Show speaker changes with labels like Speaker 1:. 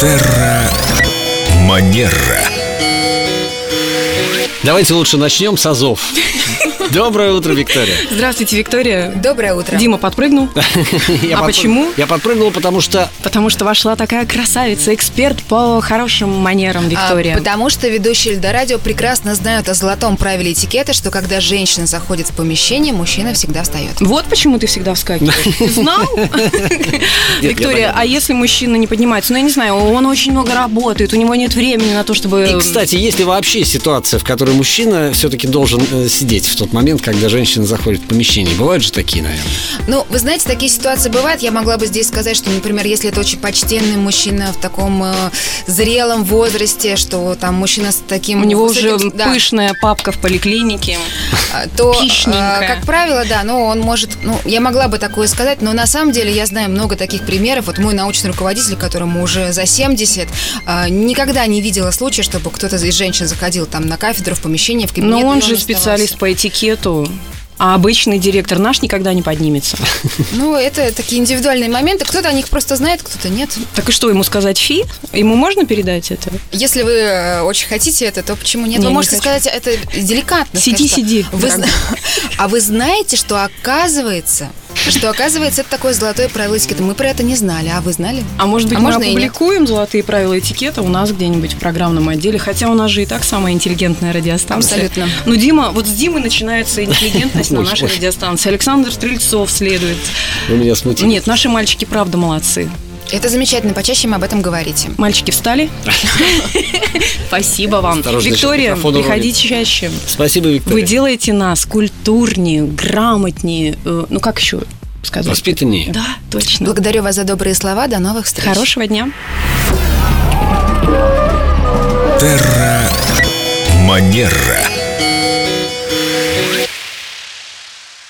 Speaker 1: Терра Манера.
Speaker 2: Давайте лучше начнем с Азов. Доброе утро, Виктория.
Speaker 3: Здравствуйте, Виктория.
Speaker 4: Доброе утро.
Speaker 3: Дима подпрыгнул.
Speaker 2: Я
Speaker 3: А
Speaker 2: подпры-
Speaker 3: почему?
Speaker 2: Я подпрыгнул, потому что
Speaker 3: Потому что вошла такая красавица, эксперт по хорошим манерам,
Speaker 4: А,
Speaker 3: Виктория.
Speaker 4: потому что ведущие Эльдорадио прекрасно знают о золотом правиле этикета, что когда женщина заходит в помещение, мужчина всегда встает.
Speaker 3: Вот почему ты всегда вскакиваешь. Ты Знал?
Speaker 2: я
Speaker 3: Виктория, а
Speaker 2: догадываюсь.
Speaker 3: если мужчина не поднимается? Ну, я не знаю, он очень много работает, у него нет времени на то, чтобы...
Speaker 2: И, кстати, есть ли вообще ситуация, в которой мужчина все-таки должен э, сидеть в тот момент, когда женщина заходит в помещение? Бывают же такие, наверное.
Speaker 4: Ну, вы знаете, такие ситуации бывают. Я могла бы здесь сказать, что, например, если это очень почтенный мужчина в таком э, зрелом возрасте, что там мужчина с таким...
Speaker 3: У него уже
Speaker 4: высоким- да,
Speaker 3: пышная папка в поликлинике.
Speaker 4: а, то, э,
Speaker 3: пищненькая.
Speaker 4: как правило, да, но он может... Ну, я могла бы такое сказать, но на самом деле я знаю много таких примеров. Вот мой научный руководитель, которому уже за 70, э, никогда не видела случая, чтобы кто-то из женщин заходил там на кафедру, в помещение, в кабинет.
Speaker 3: Но
Speaker 4: и
Speaker 3: он же
Speaker 4: оставался.
Speaker 3: специалист по этикету. А обычный директор наш никогда не поднимется.
Speaker 4: Ну, это такие индивидуальные моменты. Кто-то о них просто знает, кто-то нет.
Speaker 3: Так и что, ему сказать фи? Ему можно передать это?
Speaker 4: Если вы э, очень хотите это, то почему нет?
Speaker 3: Не,
Speaker 4: вы
Speaker 3: не
Speaker 4: можете
Speaker 3: хочу.
Speaker 4: сказать, это деликатно.
Speaker 3: Сиди,
Speaker 4: сказать, что
Speaker 3: сиди,
Speaker 4: вы зна-
Speaker 3: дорогой.
Speaker 4: А вы знаете, что оказывается, что оказывается это такое золотое правило этикета. Мы про это не знали, а вы знали?
Speaker 3: А может быть,
Speaker 4: А
Speaker 3: мы
Speaker 4: можно и нет.
Speaker 3: опубликуем золотые правила этикета у нас где-нибудь в программном отделе, хотя у нас же и так самая интеллигентная радиостанция.
Speaker 4: Абсолютно.
Speaker 3: Ну, Дима, вот с Димы начинается интеллигентность на
Speaker 2: Очень,
Speaker 3: нашей
Speaker 2: очень.
Speaker 3: радиостанции. Александр Стрельцов следует.
Speaker 2: Вы меня смутили.
Speaker 3: Нет, наши мальчики правда молодцы.
Speaker 4: Это замечательно, почаще мы об этом говорите.
Speaker 3: Мальчики встали? Спасибо вам.
Speaker 2: Осторожно, сейчас
Speaker 3: Виктория,
Speaker 2: микрофон уронит.
Speaker 3: приходите чаще.
Speaker 2: Спасибо,
Speaker 3: Вы
Speaker 2: Виктория.
Speaker 3: делаете нас культурнее, грамотнее, э, ну как еще сказать?
Speaker 2: Воспитаннее.
Speaker 3: Да, точно.
Speaker 4: Благодарю вас за добрые слова. До новых встреч.
Speaker 3: Хорошего дня.
Speaker 1: Терра Манера.